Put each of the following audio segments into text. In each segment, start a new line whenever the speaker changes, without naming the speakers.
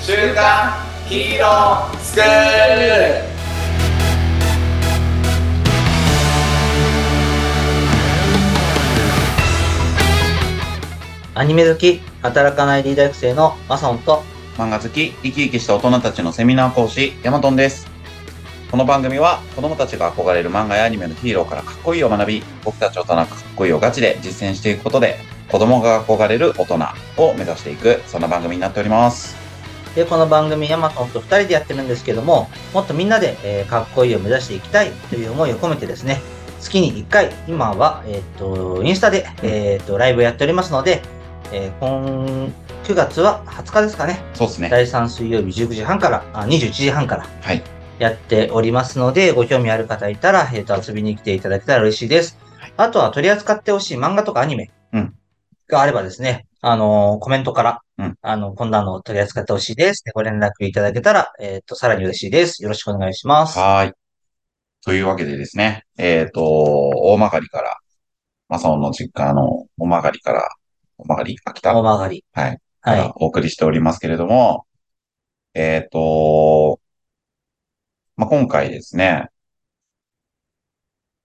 週刊ヒーロースクール
アニメ好き、働かないリーダー育成のマサオンと、
漫画好き、生き生きした大人たちのセミナー講師、ヤマトンです。この番組は、子供たちが憧れる漫画やアニメのヒーローからかっこいいを学び、僕たち大人がかっこいいをガチで実践していくことで、子供が憧れる大人を目指していく、そんな番組になっております。
で、この番組ヤマトンと二人でやってるんですけども、もっとみんなで、えーかっこいいを目指していきたいという思いを込めてですね、月に一回、今は、えーっ、と、インスタで、えーっ、と、ライブやっておりますので、えー今、9月は20日ですかね、
そうですね。
第3水曜日19時半から、あ、21時半から
はい。
やっておりますので、ご興味ある方いたら、えーっ、と、遊びに来ていただけたら嬉しいです。あとは取り扱ってほしい漫画とかアニメ
うん
があればですね、あのーコメントから、
うん
あの、こんなの取り扱ってほしいです。でご連絡いただけたら、えーっ、と、さらに嬉しいです。よろしくお願いします。
はーい。というわけでですね、えっ、と、大曲りから、マサオの実家の大曲りから、大曲り秋田
大曲がり。
はい。
はい。
お送りしておりますけれども、えっ、と、まあ、今回ですね、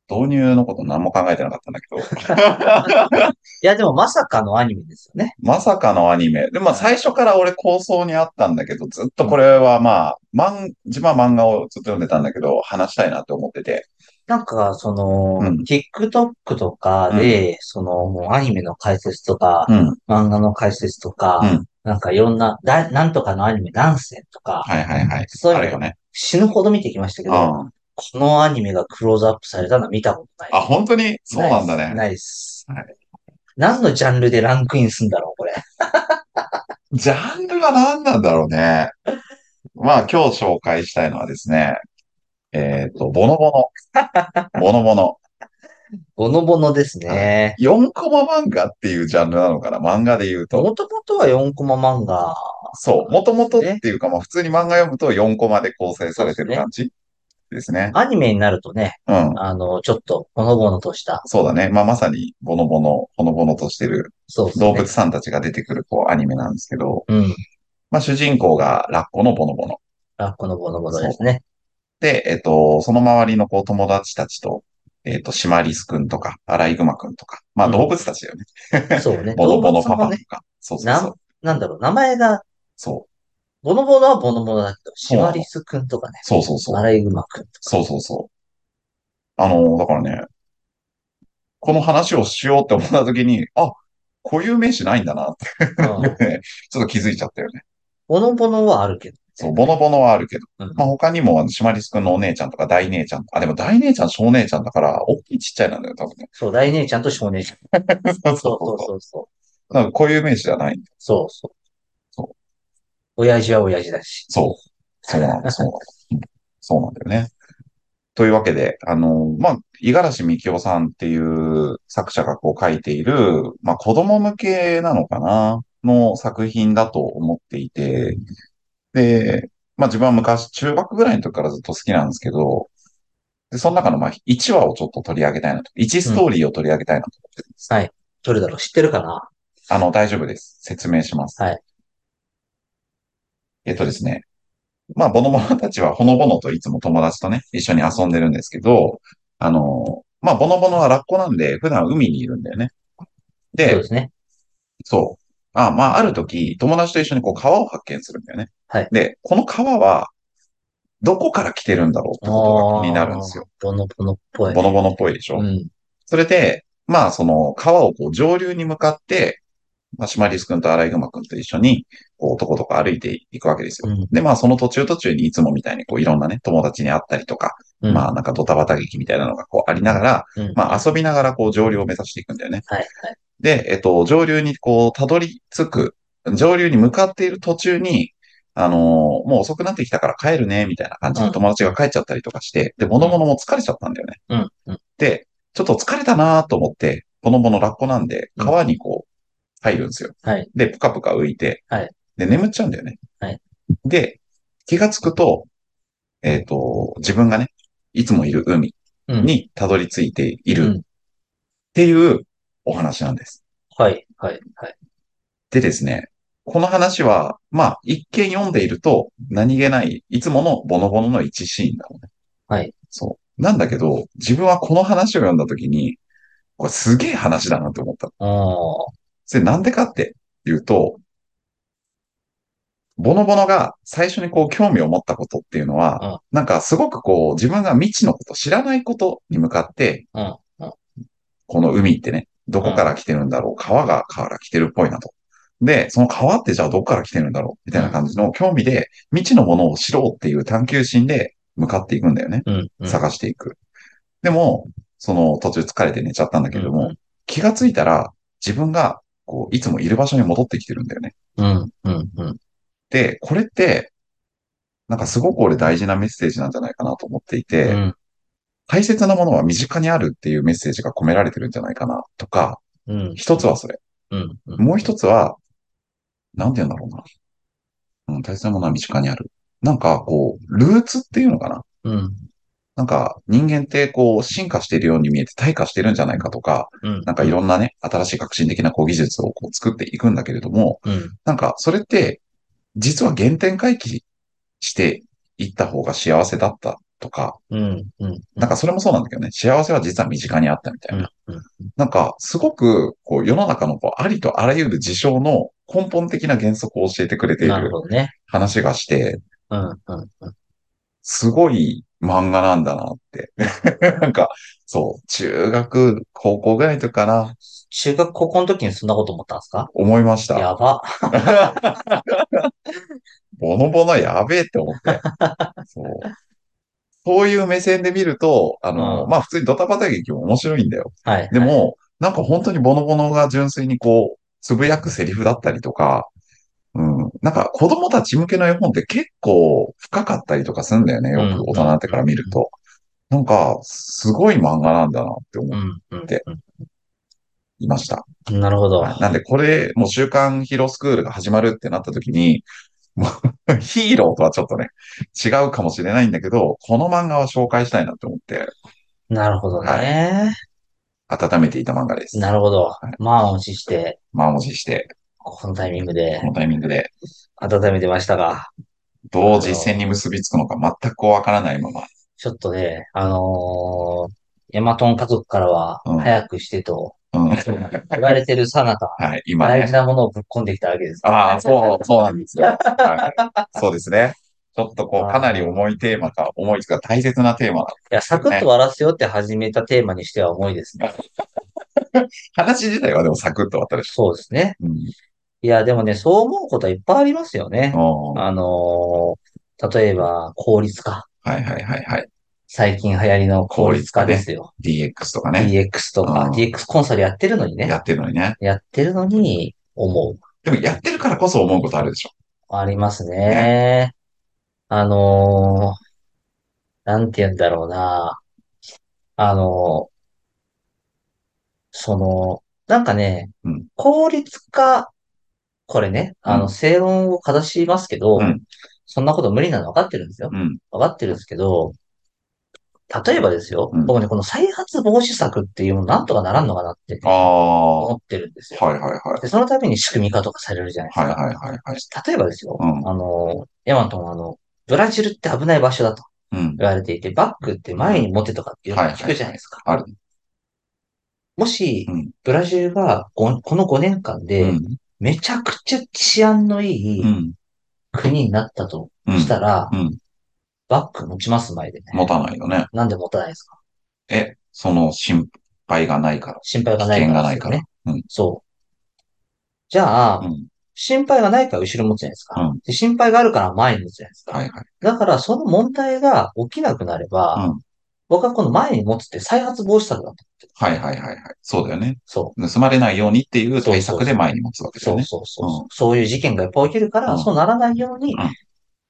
導入のこと何も考えてなかったんだ けど、
いや、でもまさかのアニメですよね。
まさかのアニメ。で、まあ、最初から俺構想にあったんだけど、ずっとこれはまあ、漫、自分は漫画をずっと読んでたんだけど、話したいなって思ってて、
なんか、その、
うん
TikTok とかで、その、もうアニメの解説とか、
うん。
漫画の解説とか、
うん
なんかいろんな、だ、なんとかのアニメ、何戦とか、
はいはいはい。
そういう
あ
の
るよね。
死ぬほど見てきましたけ
う
ど、
ん。
このアニメがクローズアップされたのは見たことない。
あ、本当にそうなんだね。
ナイス。ナ
は
イス何のジャンルでランクインするんだろう、これ。
ジャンルは何なんだろうね。まあ今日紹介したいのはですね、えっと、ボノ ボノ。ボノボノ。
ボノボノですね。
4コマ漫画っていうジャンルなのかな漫画で言うと。
もともとは4コマ漫画。
そう。もともとっていうか、まあ普通に漫画読むと4コマで構成されてる感じですね。
アニメになるとね、
うん。
あの、ちょっと、ほのぼのとした。
そうだね。まあまさに、ボノボノ、ほのぼのとしてる
そうですね。
動物さんたちが出てくる、こう、アニメなんですけど、
うん。
まあ主人公がラッコのボノボノ。
あ、このボノボノですね。
で、えっと、その周りのこう友達たちと、えっと、シマリスくんとか、アライグマくんとか、まあ
うん
動物たちだよね。
そうね。
ボノボノパ
動物
パ
もね
とか。そうそうそ
な
う。、
なんだろう、名前が、
そう
ボノボノはボノボノだけど、シ
うなの
マリスくんとかね、
そうそうそ
ア
う。
ライグマくんとか。
そうそうそう。あの、だからね、この話をしようって思った時に、あ、こういう名詞ないんだなって、
うん
ね、ちょっと気づいちゃったよね。
ボノボノはあるけど。
そう、ボノボノはあるけど。
うん
まあ他にも、あのシマリスくんのお姉ちゃんとか、大姉ちゃん。あ、でも大姉ちゃん、小姉ちゃんだから、大きいちっちゃいなんだよ、多分ね。
そう、大姉ちゃんと少年ちゃん。
そうそう
そ
そ
うそうう
そう。
そうそ う。
なんかこういう名詞じゃない。
そうそう。
そ
親父は親父だし。
そう。そうなの、そうなの。うんそうなんだよね。というわけで、あの、まあ、五十嵐美京さんっていう作者がこう書いている、まあ、子供向けなのかなの作品だと思っていて、で、まあ、自分は昔、中学ぐらいの時からずっと好きなんですけど、で、その中の、まあ、1話をちょっと取り上げたいなと。1ストーリーを取り上げたいなと思ってるんです。
はい。どれだろう知ってるかな
あの、大丈夫です。説明します。
はい。
えっとですね。まあ、ボノボノたちはほのぼのといつも友達とね、一緒に遊んでるんですけど、あの、まあ、ボノボノはラッコなんで、普段海にいるんだよね。
そう
で
で、すね。
そう。あまあ、ある時、友達と一緒にこう川を発見するんだよね。
はい
で、この川は、どこから来てるんだろうってことが気になるんですよ。
ボノボノっぽい。
ボノボノっぽいでしょ、
うん。
それで、まあ、その川をこう上流に向かって、まあ、シマリス君とアライグマ君と一緒に、こう、とことこ歩いていくわけですよ。
うん
で、まあ、その途中途中にいつもみたいに、こう、いろんなね、友達に会ったりとか、
うん。
まあ、なんかドタバタ劇みたいなのがこうありながら、
うん
まあ、遊びながら、こう、上流を目指していくんだよね。
はい、
で、えっと、上流にこう、たどり着く、上流に向かっている途中に、あのーもう遅くなってきたから帰るね、みたいな感じで
うん
友達が帰っちゃったりとかして、で、ボノボノも疲れちゃったんだよね。
はい。うん。
で、ちょっと疲れたなと思って、このぼのラッコなんで、
うん
川にこう、入るんですよ。
はい
で、ぷかぷか浮いて、
はい
で、眠っちゃうんだよね。
はい
で、気がつくと、えっ、と、自分がね、いつもいる海
うん。
にたどり着いてい
うん
るっていうお話なんです。
はい、はい、はい。
でですね、この話は、まあ、一見読んでいると、何気ない、いつものボノボノの一シーンなのね。
はい。
そう。なんだけど、自分はこの話を読んだときに、これすげえ話だなと思った。
あ
それなんでかって言うと、ボノボノが最初にこう興味を持ったことっていうのは、
うん
なんかすごくこう自分が未知のこと、知らないことに向かって、
あ、うん、うん、
この海ってね、どこから来てるんだろう、川がから来てるっぽいなと。で、その川ってじゃあどこから来てるんだろうみたいな感じの興味で、未知のものを知ろうっていう探求心で向かっていくんだよね。
うん、うん。
探していく。でも、その途中疲れて寝ちゃったんだけれども、気がついたら自分がこういつもいる場所に戻ってきてるんだよね。
うん、うん、うん。
で、これって、なんかすごく俺大事なメッセージなんじゃないかなと思っていうて、
ん、
大切なものは身近にあるっていうメッセージが込められてるんじゃないかなとか、
うん、
一つはそれ。
うん、うん。
もう一つは、なんて言うんだろうな。うん、大切なものは身近にある。なんかこう、ルーツっていうのかな。
うん、
なんか人間ってこう、進化しているように見えて退化してるんじゃないかとか、
うん。
なんかいろんなね、新しい革新的なこう技術をこう作っていくんだけれども、
うん、
なんか、それって、実は原点回帰していった方が幸せだったとか、
うん、うん。
なんかそれもそうなんだけどね、幸せは実は身近にあったみたいな。
うん、
なんか、すごく、こう、世の中のこうありとあらゆる事象の根本的な原則を教えてくれてい
なる
る
ほどね。
話がして、
うん、うん、うん。
すごい漫画なんだなって。 なんか、そう、中学、高校ぐらいとかな、
中学高校の時にそんなこと思ったんですか
思いました。
やば。
ボノボノやべえって思 って。そう。そういう目線で見ると、あの、
うん
まあ普通にドタバタ劇も面白いんだよ。
はい。
でも、なんか本当にボノボノが純粋にこう、つぶやくセリフだったりとか、うん。なんか子供たち向けの絵本って結構深かったりとかするんだよね。よく大人になってから見ると。なんか、すごい漫画なんだなって
う
思
ん、うん、
でいました。
うん。なるほど。
なんでこれ、もう週刊ヒーロースクールが始まるってなった時に、 もうヒーローとはちょっとね、違うかもしれないんだけど、この漫画は紹介したいなって思って、
なるほどね。
温めていた漫画です。
なるほど
い。
満を持して、
まあ、もしして、
このタイミングで
このタイミングで、
温めてましたが、
どう実践に結びつくのか全くわからないまま。
ちょっとね、あのー、ヤマトン家族からは
うん、
早くしてと
うん。
言われてるさなか、
はい、今
大事
ね。
なものをぶっ込んできたわけです。
ああ、そう、そうなんですよ。 はい、そうですね。ちょっとこう、かなり重いテーマか、重いというか大切なテーマな。
いや、サクッと終わらせようって始めたテーマにしては重いですね。
話自体はでもサクッと終わったでしょ。
そうですね。
うん。
いや、でもね、そう思うことはいっぱいありますよね。
おー
あのー、例えば、効率化。
はいはいはいはい。
最近流行りの効率化ですよ。
DX とかね。
DX とか、
うん
DX コンサルやってるのに
や
ね。
ってるのにね。
やってるのに、思う。
でもやってるからこそ思うことあるでしょ。
ありますね。あのー、なんて言うんだろうな。あのー、その、なんかね
うん、
効率化、これね、あ
う
の、
ん
正論を正しますけど
うん、
そんなこと無理なの分かってるんですよ。
うん。
分かってるんですけど、例えばですよ
うん、
僕ね、この再発防止策っていうのなんとかならんのかなって
ああ、は
思ってるんです
い
よ。
はいはい。
で、そのために仕組み化とかされるじゃないです
はい
か。
はいはいはい。
例えばですよ、
うん
あの、ヤマトンはあの、ブラジルって危ない場所だと
うん。
言われていて、バッグって前に持てとかってよく
はいはい
聞くじゃないですか。
ある。
もし
うん、
ブラジルがごこの5年間
う
で、
ん。
めちゃくちゃ治安のいい
うん。
国になったと
うん
し。たら
うんうん、
バッグ持ちます前でね。
持たないよね。
なんで持たないですか
え、その心配がないから。
心配が
危
ない
険
か
が
ら
な
で
い
すよ
から
ね。。
うん。
そう。じゃ
う
あ、
ん。
心配がないから後ろ持つじゃないですか
うん。
で心配があるから前に持つじゃないですか。
はいはい。
だから、その問題が起きなくなれば、
うん
僕はこの前に持つって再発防止策だと。
はいはいはいはい。そうだよね。
そ
盗まれないようにっていう対策で前に持つわ
う。
けだ
そ
よ
う
ね。
そうそう。
う
そういう事件がいっぱい起きるから、
うん
そうならないように、
うん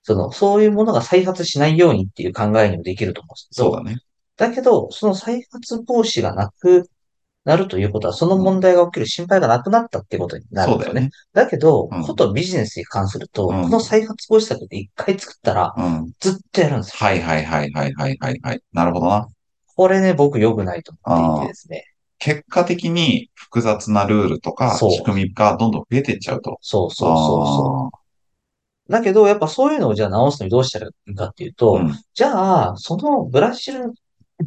その、そういうものが再発しないようにっていう考えにもできると思うんですけど、
そうだね。
だけど、その再発防止がなくなるということは、その問題が起きる心配がなくなったってことになる
そう
んで
だ
すよ
よ
ね
ね。。
だけど、
うん
ことビジネスに関すると、
うん
この再発防止策で一回作ったら、
うん。
ずっとやるんですよ。
はいはいはいはいはいはいはい。なるほどな。
これね、僕良くないと思っていてですね。
結果的に複雑なルールとか
そう
仕組みがどんどん増えていっちゃうと。
そうそうそうそう。
あー
だけど、やっぱそういうのをじゃあ直すのにどうしたらいいかっていうと、
うん
じゃあ、そのブラジル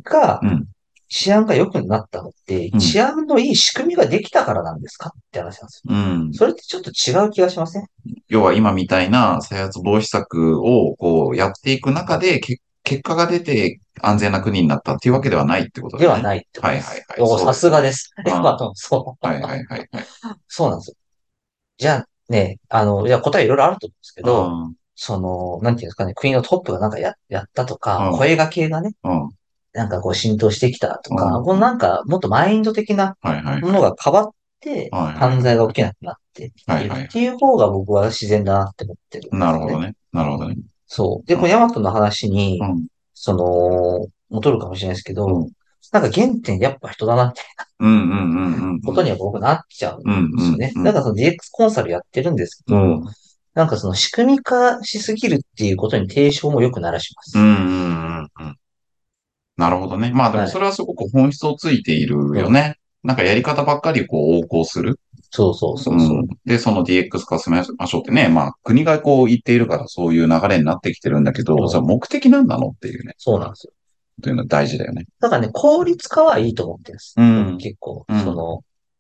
が
うん
治安が良くなったのって、
うん
治安のいい仕組みができたからなんですかって話なんですよ。
うん。
それってちょっと違う気がしません
要は今みたいな再発防止策をこうやっていく中で、け結果が出て安全な国になったっていうわけではないってこと
で
だ
は
ね。
ないってことです。
はいはいはい
おさすがです。
うん
やっぱそ
はいはいはいはい。
う、そうなんですよ。じゃあね、あの、じゃあ答えいろいろあると思うんですけど、その、なんていうんですかね、国のトップがなんかややったとか、
うん
声がけがね、
うん。うん。
なんかこう浸透してきたとか、
うん
このなんかもっとマインド的な
はいはい。
ものが変わって、
はいはい
犯罪が起きなくなって
はい
いる
はい
っていう方が僕は自然だなって思ってるんですよね、
なるほどね。なるほどね。
そう。で、このヤマトの話に
う、ん。
その、戻るかもしれないですけど、
うん
なんか原点やっぱ人だなって
うんうんうんうん。
ことには僕なっちゃうん
うん
ですよね。
うんうん
だからその DX コンサルやってるんですけ
う
ど、
ん。
なんかその仕組み化しすぎるっていうことに提唱もよく鳴らしま
う
す。
んうんうんうん。なるほどね。まあでもそれはすごく本質をついているよね。なんかやり方ばっかりこう横行する。
そうそうそうそう。
んで、その DX 化を進めましょうってね。まあ国がこう言っているからそういう流れになってきてるんだけど、
うん
それ目的なんなのっていうね。
そうなんですよ。
というのは大事だよね。
だからね、効率化はいいと思ってるんです。
うん
結構、
うん
そ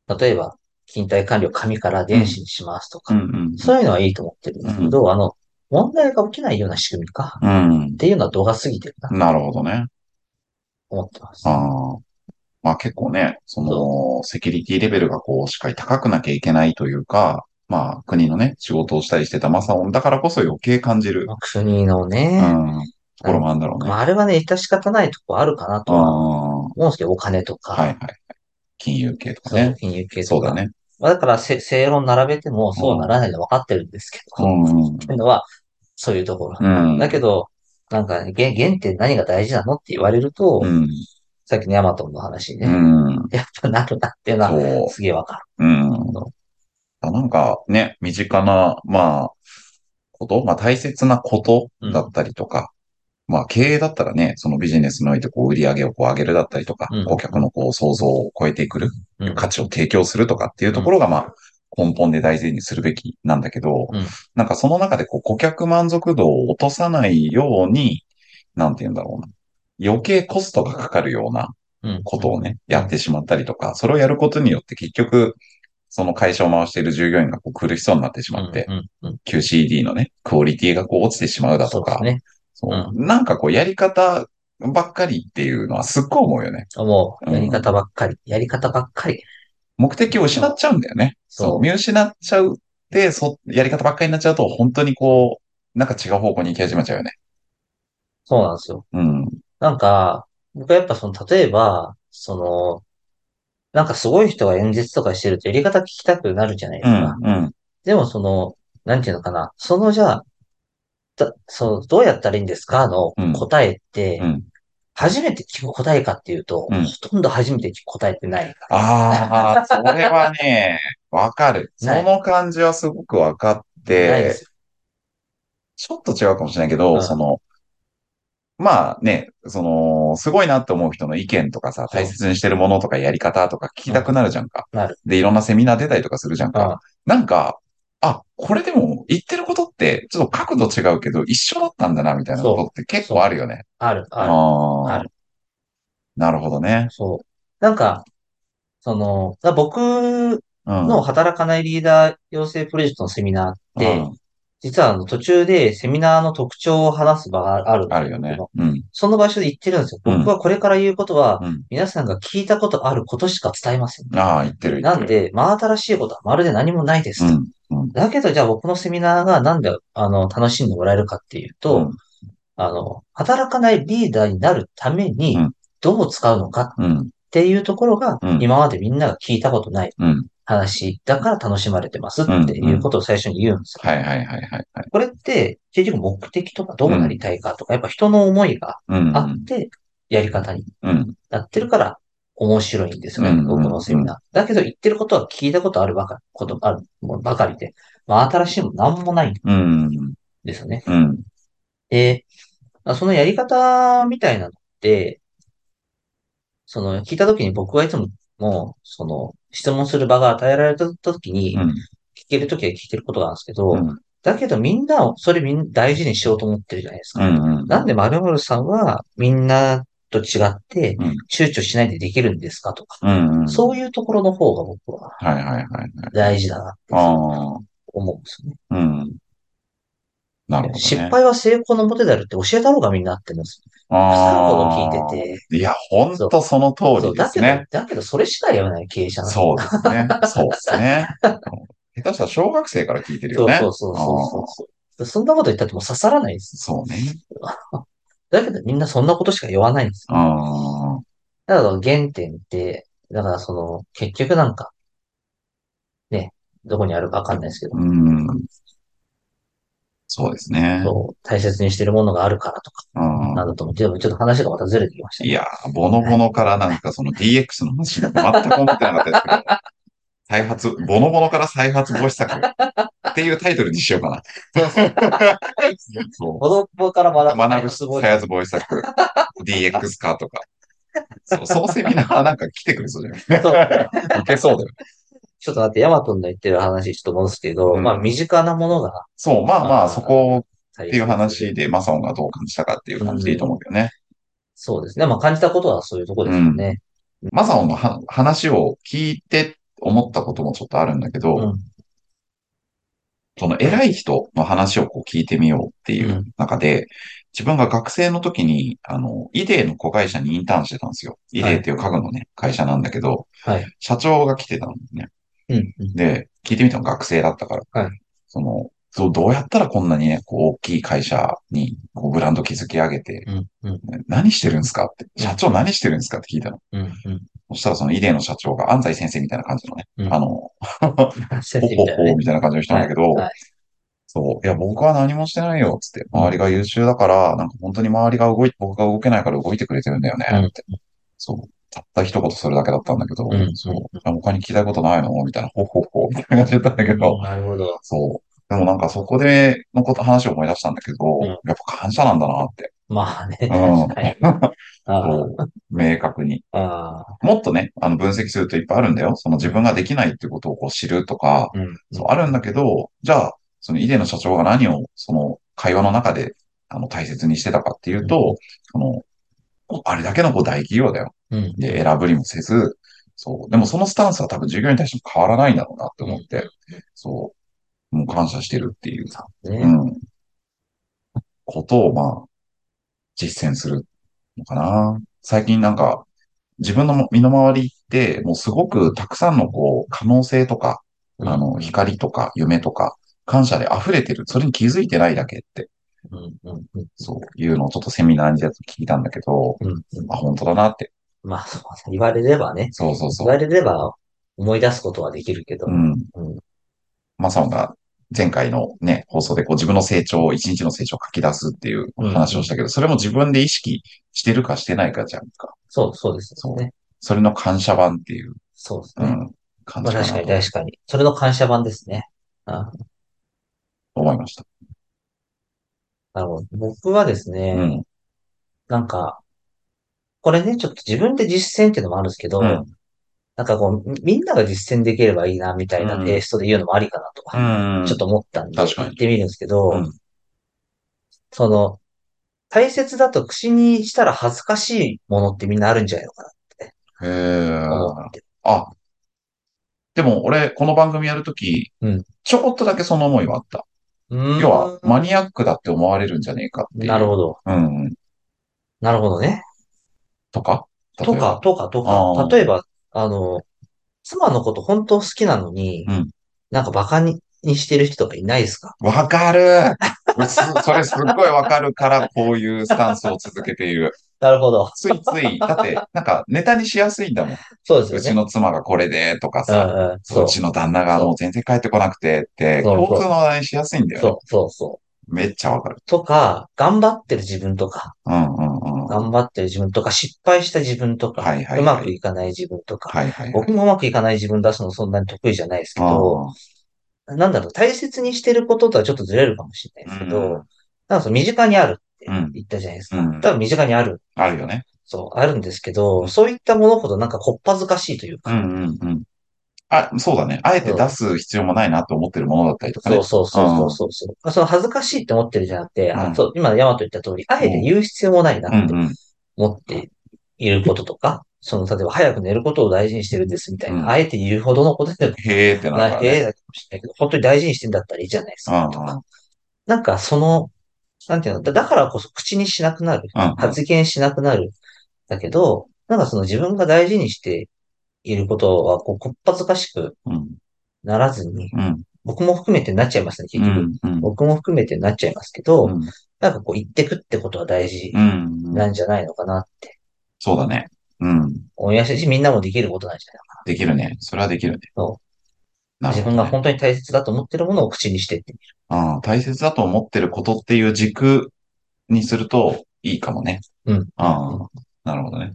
の、例えば、勤怠管理を紙から電子にしますと
う
か、
んうん。
そういうのはいいと思ってるんですけど、あの、問題が起きないような仕組みか、
うん
っ。ていうのは度が過ぎてるなと
なるほどね。
思ってます。
ああ。まあ結構ね、その、セキュリティレベルがこう、しっかり高くなきゃいけないというか、まあ国のね、仕事をしたりしてたマサオンだからこそ余計感じる
ま。あ国の
う
ね、
ん。ところもあるんだろうね。
まあ、あれはね、致し方ないとこあるかなと
あ
は
あ、は
思うんですけど、お金と
いはいは
か、
い。金融系とか
そう
ね。
金融系
そ
と
うだ
か。
ね。
まあだからせ、正論並べてもそうならないの分かってるんですけ
う
ど、っ
んうん。
ていうのは、そういうところ。
うん。
だけど、なんか、ね、原原点何が大事なのって言われると、
うん。
さっきのヤマトンの話
う
ね、
ん。
やっぱなるなっていうのは、
そ
すげえわか
う。
る。
うん。なんかね、身近な、まあ、こと、まあ大切なことだったりとか、まあ経営だったらね、そのビジネスにおいてこう売り上げをこう上げるだったりとか、
うん
顧客のこう想像を超えていくる、
うん
価値を提供するとかっていうところが、まあ、根本で大事にするべきなんだけど、
うん
なんかその中でこう顧客満足度を落とさないように、なんて言うんだろうな。余計コストがかかるような
うん
ことをね、やってしまったりとか、それをやることによって結局、その会社を回している従業員がこう苦しそうになってしまって、
うんうんうん、
QCD のね、クオリティがこう落ちてしまうだ
そ
と
うで
か
す、ね。
そうなんかこうやり方ばっかりっていうのはすっごい思うよね。
も
う
う、
ん
やり方ばっかり、やり方ばっかり。
目的を失っちゃうんだよね。
そう
そう。見失っちゃうって、そ、やり方ばっかりになっちゃうと、本当にこう、なんか違う方向に行き始めちゃうよね。
そうなんですよ。
うん。
なんか、僕はやっぱその、例えば、その、なんかすごい人が演説とかしてるとやり方聞きたくなるじゃないで
う
す
ん
か。。
うん。
でもその、なんていうのかな。そのじゃあ、だその、どうやったらいいんですかの
うん
答えって、
うん
初めて聞く答えかっていうと、
うん
ほとんど初めて聞く答えってない。
ああ、それはね、わかる。
ない
その感じはすごくわかっ
ないで
て
す、よ。
ちょっと違うかもしれないけど、
うん
その、まあね、その、すごいなって思う人の意見とかさ、
そう
大切にしてるものとかやり方とか聞きたくなるじゃんか。
うんなる
で、いろんなセミナー出たりとかするじゃんか。なんか、あ、これでも言ってることって、ちょっと角度違うけど、一緒だったんだな、みたいなことって結構あるよね。
ある、ある。
あ
あ
あ。なるほどね。
そう。なんか、その、だ僕
うん。
の働かないリーダー養成プロジェクトのセミナーっ
うん
て、実はあの途中でセミナーの特徴を話す場があるんで
あ
す
るよね
けど。
うん。
その場所で言ってるんですよ。
うん
僕はこれから言うことは、
うん。
皆さんが聞いたことあることしか伝えません。
ああ、言ってる言
な
って
ん
る。
で、真新しいことはまるで何もないです。
うん。
だけど、じゃあ僕のセミナーがなんで、あの、楽しんでもらえるかっていうと、
うん
あの、働かないリーダーになるために
うん、
どう使うのかっ
うん。
ていうところが、
うん
今までみんなが聞いたことない
うん。
話だから楽しまれてますっていうことを最初に言うんですよ。
はいはいはいはいはい。
これって、結局目的とかどうなりたいかとか、やっぱ人の思いが
うん。
あって、やり方に
うん。
なってるから、面白いんですよ
うん
ね、
うんうん
僕のセミナー。だけど言ってることは聞いたことあるばかり、ことあるものばかりで、まあ新しいもなんもないん
うん。
ですよね。
うん。
で、あそのやり方みたいなのって、その聞いた時に僕はいつももう、その、質問する場が与えられた時に
う、ん。
聞ける時は聞けることなんですけど、
うん。
だけどみんなを、それみんな大事にしようと思ってるじゃないです
う
か。
ん。うん。
なんで〇〇さんは、みんなと違って
うん、
躊躇しないでできるんですかとか、
うん。うん。
そういうところの方が僕は
はいはいはいはい。
大事だなって
あ
思うんですよね。
あ。うん。なるほどね。
失敗は成功のモテであるって教えた方がみんなって思うんですよ。腐るほど聞いてて。
て。いや、ほんとその通
そ
り
う、
で
だ
す
けど
ね。、
だけどそれしか言わない経営者なんで
そうですね。そうですね。下手したら小学生から聞いてる
そ
よ
う
ね。
そうそうそうそう。そんなこと言ったってもう刺さらないです。
そうね。
だけどみんなそんなことしか言わないんです。
あ
だから原点って、だからその、結局なんか、ね、どこにあるかわかんないですけ
あ、
ど、
うん。そうですね。
そう大切にしてるものがあるからとか、
うん
なんだと思う。でもちょっと話がまたずれてきました
い
ね。
やー、ボノボノからなんかその DX の話が全く思ってなかったですけど、再発、ボノボノから再発防止策っていうタイトルにしようかな。そう
子供から学ぶ。
学ぶ
すごい。
再発防止策、DX 化とか。そう、そのセミナーなんか来てくれそうじゃない
そう
受けそうだよ。
ちょっと待って、ヤマトンの言ってる話ちょっと戻すけど、
うん
まあ身近なものが
そう、まあま
あ
あ、
ー
そこ
大切
っていう話で、マサオンがどう感じたかっていう感じでいいと思うけどね。
そうですね。まあ感じたことはそういうところですよね。
マサオンのは話を聞いて思ったこともちょっとあるんだけど、
うん
その偉い人の話をこう聞いてみようっていう中で、自分が学生の時に、あの、イデーの子会社にインターンしてたんですよ。イデーっていう家具のね、会社なんだけど、
はい
社長が来てたんですね。
うん。うん
で、聞いてみたの学生だったから。
はい
その、どうどうやったらこんなにね、こう大きい会社にこうブランド築き上げて、
うん。うん。
何してるんですかって、社長何してるんですかって聞いたの。
うん。うん。
そしたらそのイデーの社長が安西先生みたいな感じのね、
うん
あの、
先
ほ
生み
ほ
たいなね
ほ。みたいな感じの人なんだけど、
はいはい
そう、いや、僕は何もしてないよ、つって、周りが優秀だから、なんか本当に周りが動い、僕が動けないから動いてくれてるんだよね、
うん
って。そう。たった一言それだけだったんだけど、
うん
そう。あ他に聞きたいことないのみたいな、ほほほ、みたいな感じだったんだけど、
なるほど。
そう。でもなんかそこでのこと話を思い出したんだけど、
うん
やっぱ感謝なんだなって。
まあね。
うん
はい。 あ
そう。明確に。
あああ。
もっとね、あの分析するといっぱいあるんだよ。その自分ができないってことをこう知るとか、
うん。
そう、あるんだけど、じゃあ、その、イデの社長が何を、その、会話の中で、あの、大切にしてたかっていうと、その、こうあれだけのこう大企業だよ。
うん。
で、選ぶりもせず、そう。でもそのスタンスは多分従業員に対しても変わらないんだろうなって思って、そう。もう感謝してるっていう、う
ね。
ん。ことを、まあ、実践するのかな。最近なんか、自分の身の回りって、もうすごくたくさんのこう、可能性とか、あの、光とか夢とか、感謝で溢れてる。それに気づいてないだけって、
うん。うん。うん。
そういうのをちょっとセミナーにやつ聞いたんだけど、
うん。うん
あ、本当だなって。
まあ、そうね言われればね。
そうそう
言
そ
わ
う。
れれば思い出すことはできるけど。
うん
うん。
マサオンが前回のね、放送でこう自分の成長を、一日の成長を書き出すっていう話をしたけど、それも自分で意識してるかしてないかじゃんか。
そう、そうですよね。
それの感謝版っていう、
そうです
う
ね。
ん、感
ま
じ
あ
か
確か
な
に確かに。それの感謝版ですね。あ
と思いました。
なるほど。僕はですね、
うん。
なんか、これね、ちょっと自分で実践っていうのもあるんですけど、
うん
なんかこう、みみんなが実践できればいいな、みたいなテイストで言うのもありかなとか、
うん
ちょっと思ったんで、
確か
言
に
ってみるんですけど、
うん
その、大切だと口にしたら恥ずかしいものってみんなあるんじゃないのかな
へえ。
と思って。
あ、でも俺、この番組やるとき
うん、
ちょこっとだけその思いはあった。
うーん
要は、マニアックだって思われるんじゃねえかっていう。
なるほど。
うんうん。
なるほどね。
とか
と。か、とか、と
あ
か。
ー
例えば、あの、妻のこと本当好きなのに、
うん
なんかバカにしてる人がいないですか
例えばわかる すそれすっごいわかるから、こういうスタンスを続けている。
なるほど。
ついつい、だって、なんかネタにしやすいんだもん。
そうですよ
う
ね。
ちの妻がこれでとか
う
さ、
んうん、
そ
そうう
う。ちの旦那が
そう
もう全然帰ってこなくてって、
そうそう
共通の話題にしやすいんだよ
そ
ね。
う、そう、そ
めっちゃわかる。
う。とか、頑張ってる自分とか、
うんうんうん。は
頑張ってる自分とか、失敗した自分
い
とか、
はいはい。
うまくいかない自分とか、
はいはいはい。
僕もうまくいかない自分出すのそんなに得意じゃないですけど、なんだろう、大切にしてることとはちょっとずれるかもしれないですけど、
うん
なんかその身近にあるって
うん
言ったじゃないですか。
うん
多分身近にある。
あるよね。
そう、あるんですけど、そういったものほどなんかこっぱずかしいという
う
か、
んうんうん。あ、そうだね。あえて出す必要もないなと思ってるものだったりとか
そ
ね
う。そうそうそうそう、うその恥ずかしいって思ってるじゃなくて、
う
あ
ん
そう今のヤマト言った通り、あえて言う必要もないな
うん
って
うん。
思っていることとか、その、例えば早く寝ることを大事にしてるんですみたいな、
うん
あえて言うほどのことでも
へえってな
な
る
い
から、
ええ
ね。
だかもしれないけど、本当に大事にしてんだったらいいじゃないですか、と
うんう
か。なんかその、なんていうの、だだからこそ口にしなくなる。
うんうん
発言しなくなる。だけど、なんかその自分が大事にしていることは、こう、こっぱずかしく
うん
ならずに、
うん
僕も含めてなっちゃいますね、
う
結局。
んうん
僕も含めてなっちゃいますけど、
うん
なんかこう、言ってくってことは大事
うんう
なんんじゃないのかなって
そうだね。うん。
思いましたし、みんなもできることなんじゃないか
できるね。それはできるね。
そ
な
な。
る
自
ほ
分
ど
が
ね、
本当に大切だと思ってるものを口にしてってみる。
うん。大切だと思ってることっていう軸にするといいかもね。
うん
ああ、なるほどね。
っ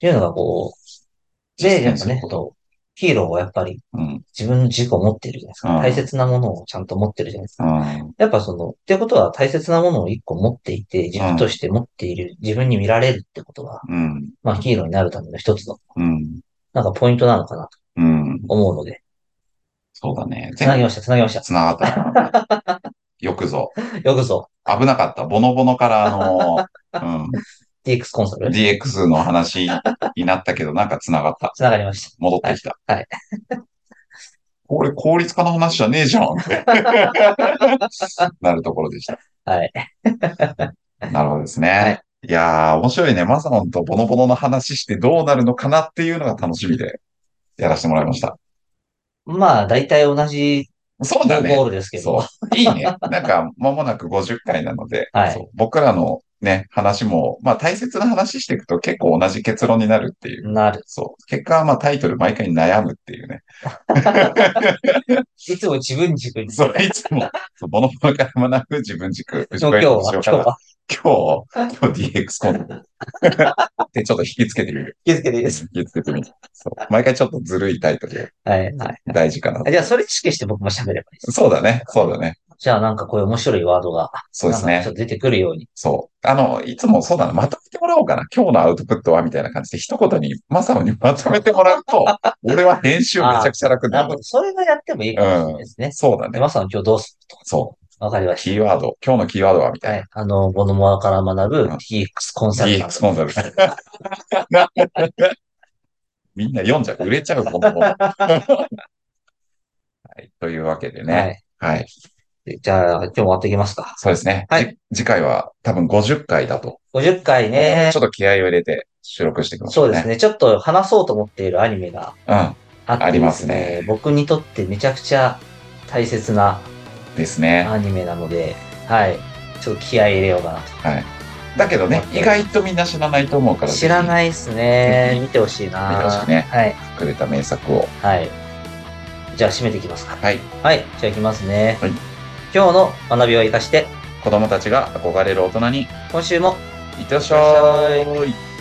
ていうのがこう、で、やっぱね、こうヒーローはやっぱり
うん。
自分の軸を持ってるじゃないです
う
か。
ん
大切なものをちゃんと持ってるじゃないですか。
うん。
やっぱその、ってことは大切なものを一個持っていて、軸として持っている、自分に見られるってことは、
うん。
まあヒーローになるための一つの、
うん。
なんかポイントなのかなと
うん。
思うので、
そうだね。
繋ぎました、繋ぎました。
つながった。 よくぞ。
よくぞ、
危なかった。ボノボノから、あの、
DX コンソ
う
ー
ん、
ル、
DX の話になったけど、なんか繋がった。
繋がりまし
戻ってきた。
はいはい
これ効率化の話じゃねえじゃん って。なるところでした。
た。はい。
なるほどです
は
ね
い。
いやー、面白いね。マサオンとボノボノの話してどうなるのかなっていうのが楽しみでやらせてもらいました。
まあ、大体同じ
そう
ゴ
だね。
ールですけど、
そう。いいね。なんか、まもなく50回なので、
はい
そう僕らのね、話も、まあ大切な話していくと結構同じ結論になるっていう。
なる。
そう。結果はまあタイトル毎回悩むっていうね。
いつも自分軸に。
そう、いつも、そうボノボノから学ぶ自分軸。
でも今日は、今日は、
今日、今日 DX コント。で、ちょっと引きつけてみる。
気づけていい
引
です。
きつけてみる。そう。毎回ちょっとずるいタイトル
はい、はい。
大事かな
あ。じゃあ、それ意識して僕も喋ればいいです。
そうだね。そうだね。
じゃあ、なんかこういう面白いワードが、
そうです
なんか
ね
ちょ。っと出てくるように。
そう。あの、いつもそうだな。まとめてもらおうかな。今日のアウトプットはみたいな感じで、一言に、マサオにまとめてもらうと、俺は編集めちゃくちゃ楽に
な
な
るほ
る
ど。。それがやってもいいかもしれないですね。
そうだ
で、
ね。
まさん今日どうする
そう。
と。わかりまし
キーワード。今日のキーワードはみ
た。
た
はいい。あの、ボノモアから学ぶ
うん
TX コン
な。
サルタン
DX コンサル。 みんな読んじゃう。売れちゃう、この 本。はい。というわけで
ト。は
ね。
い。
はい。
じゃあ、今日終わっていきますか。
そうですね。
はい
じ次回は多分50回だと。
50回ね
ちょ。っと気合を入れて収録していきましょ
そうう
ね。
ですね。ちょっと話そうと思っているアニメがあって
ありますね
です僕にとってめちゃくちゃ大切な
うん。ですね。
アニメなので、はい。ちょっと気合い入れようかな
だけどね、意外とみんな知らないと思うか
と。
ら、
知ら
い。
ないっすね。見てほしいな。
見てほしいね
はい。
くれた名作を。
はい。じゃあ、締めていきますか。
はい。
はい。じゃあ、いきますね。
はい
今日の学びを生かして、
子供たちが憧れる大人に、
今週も
いってらっしゃ
いって
い。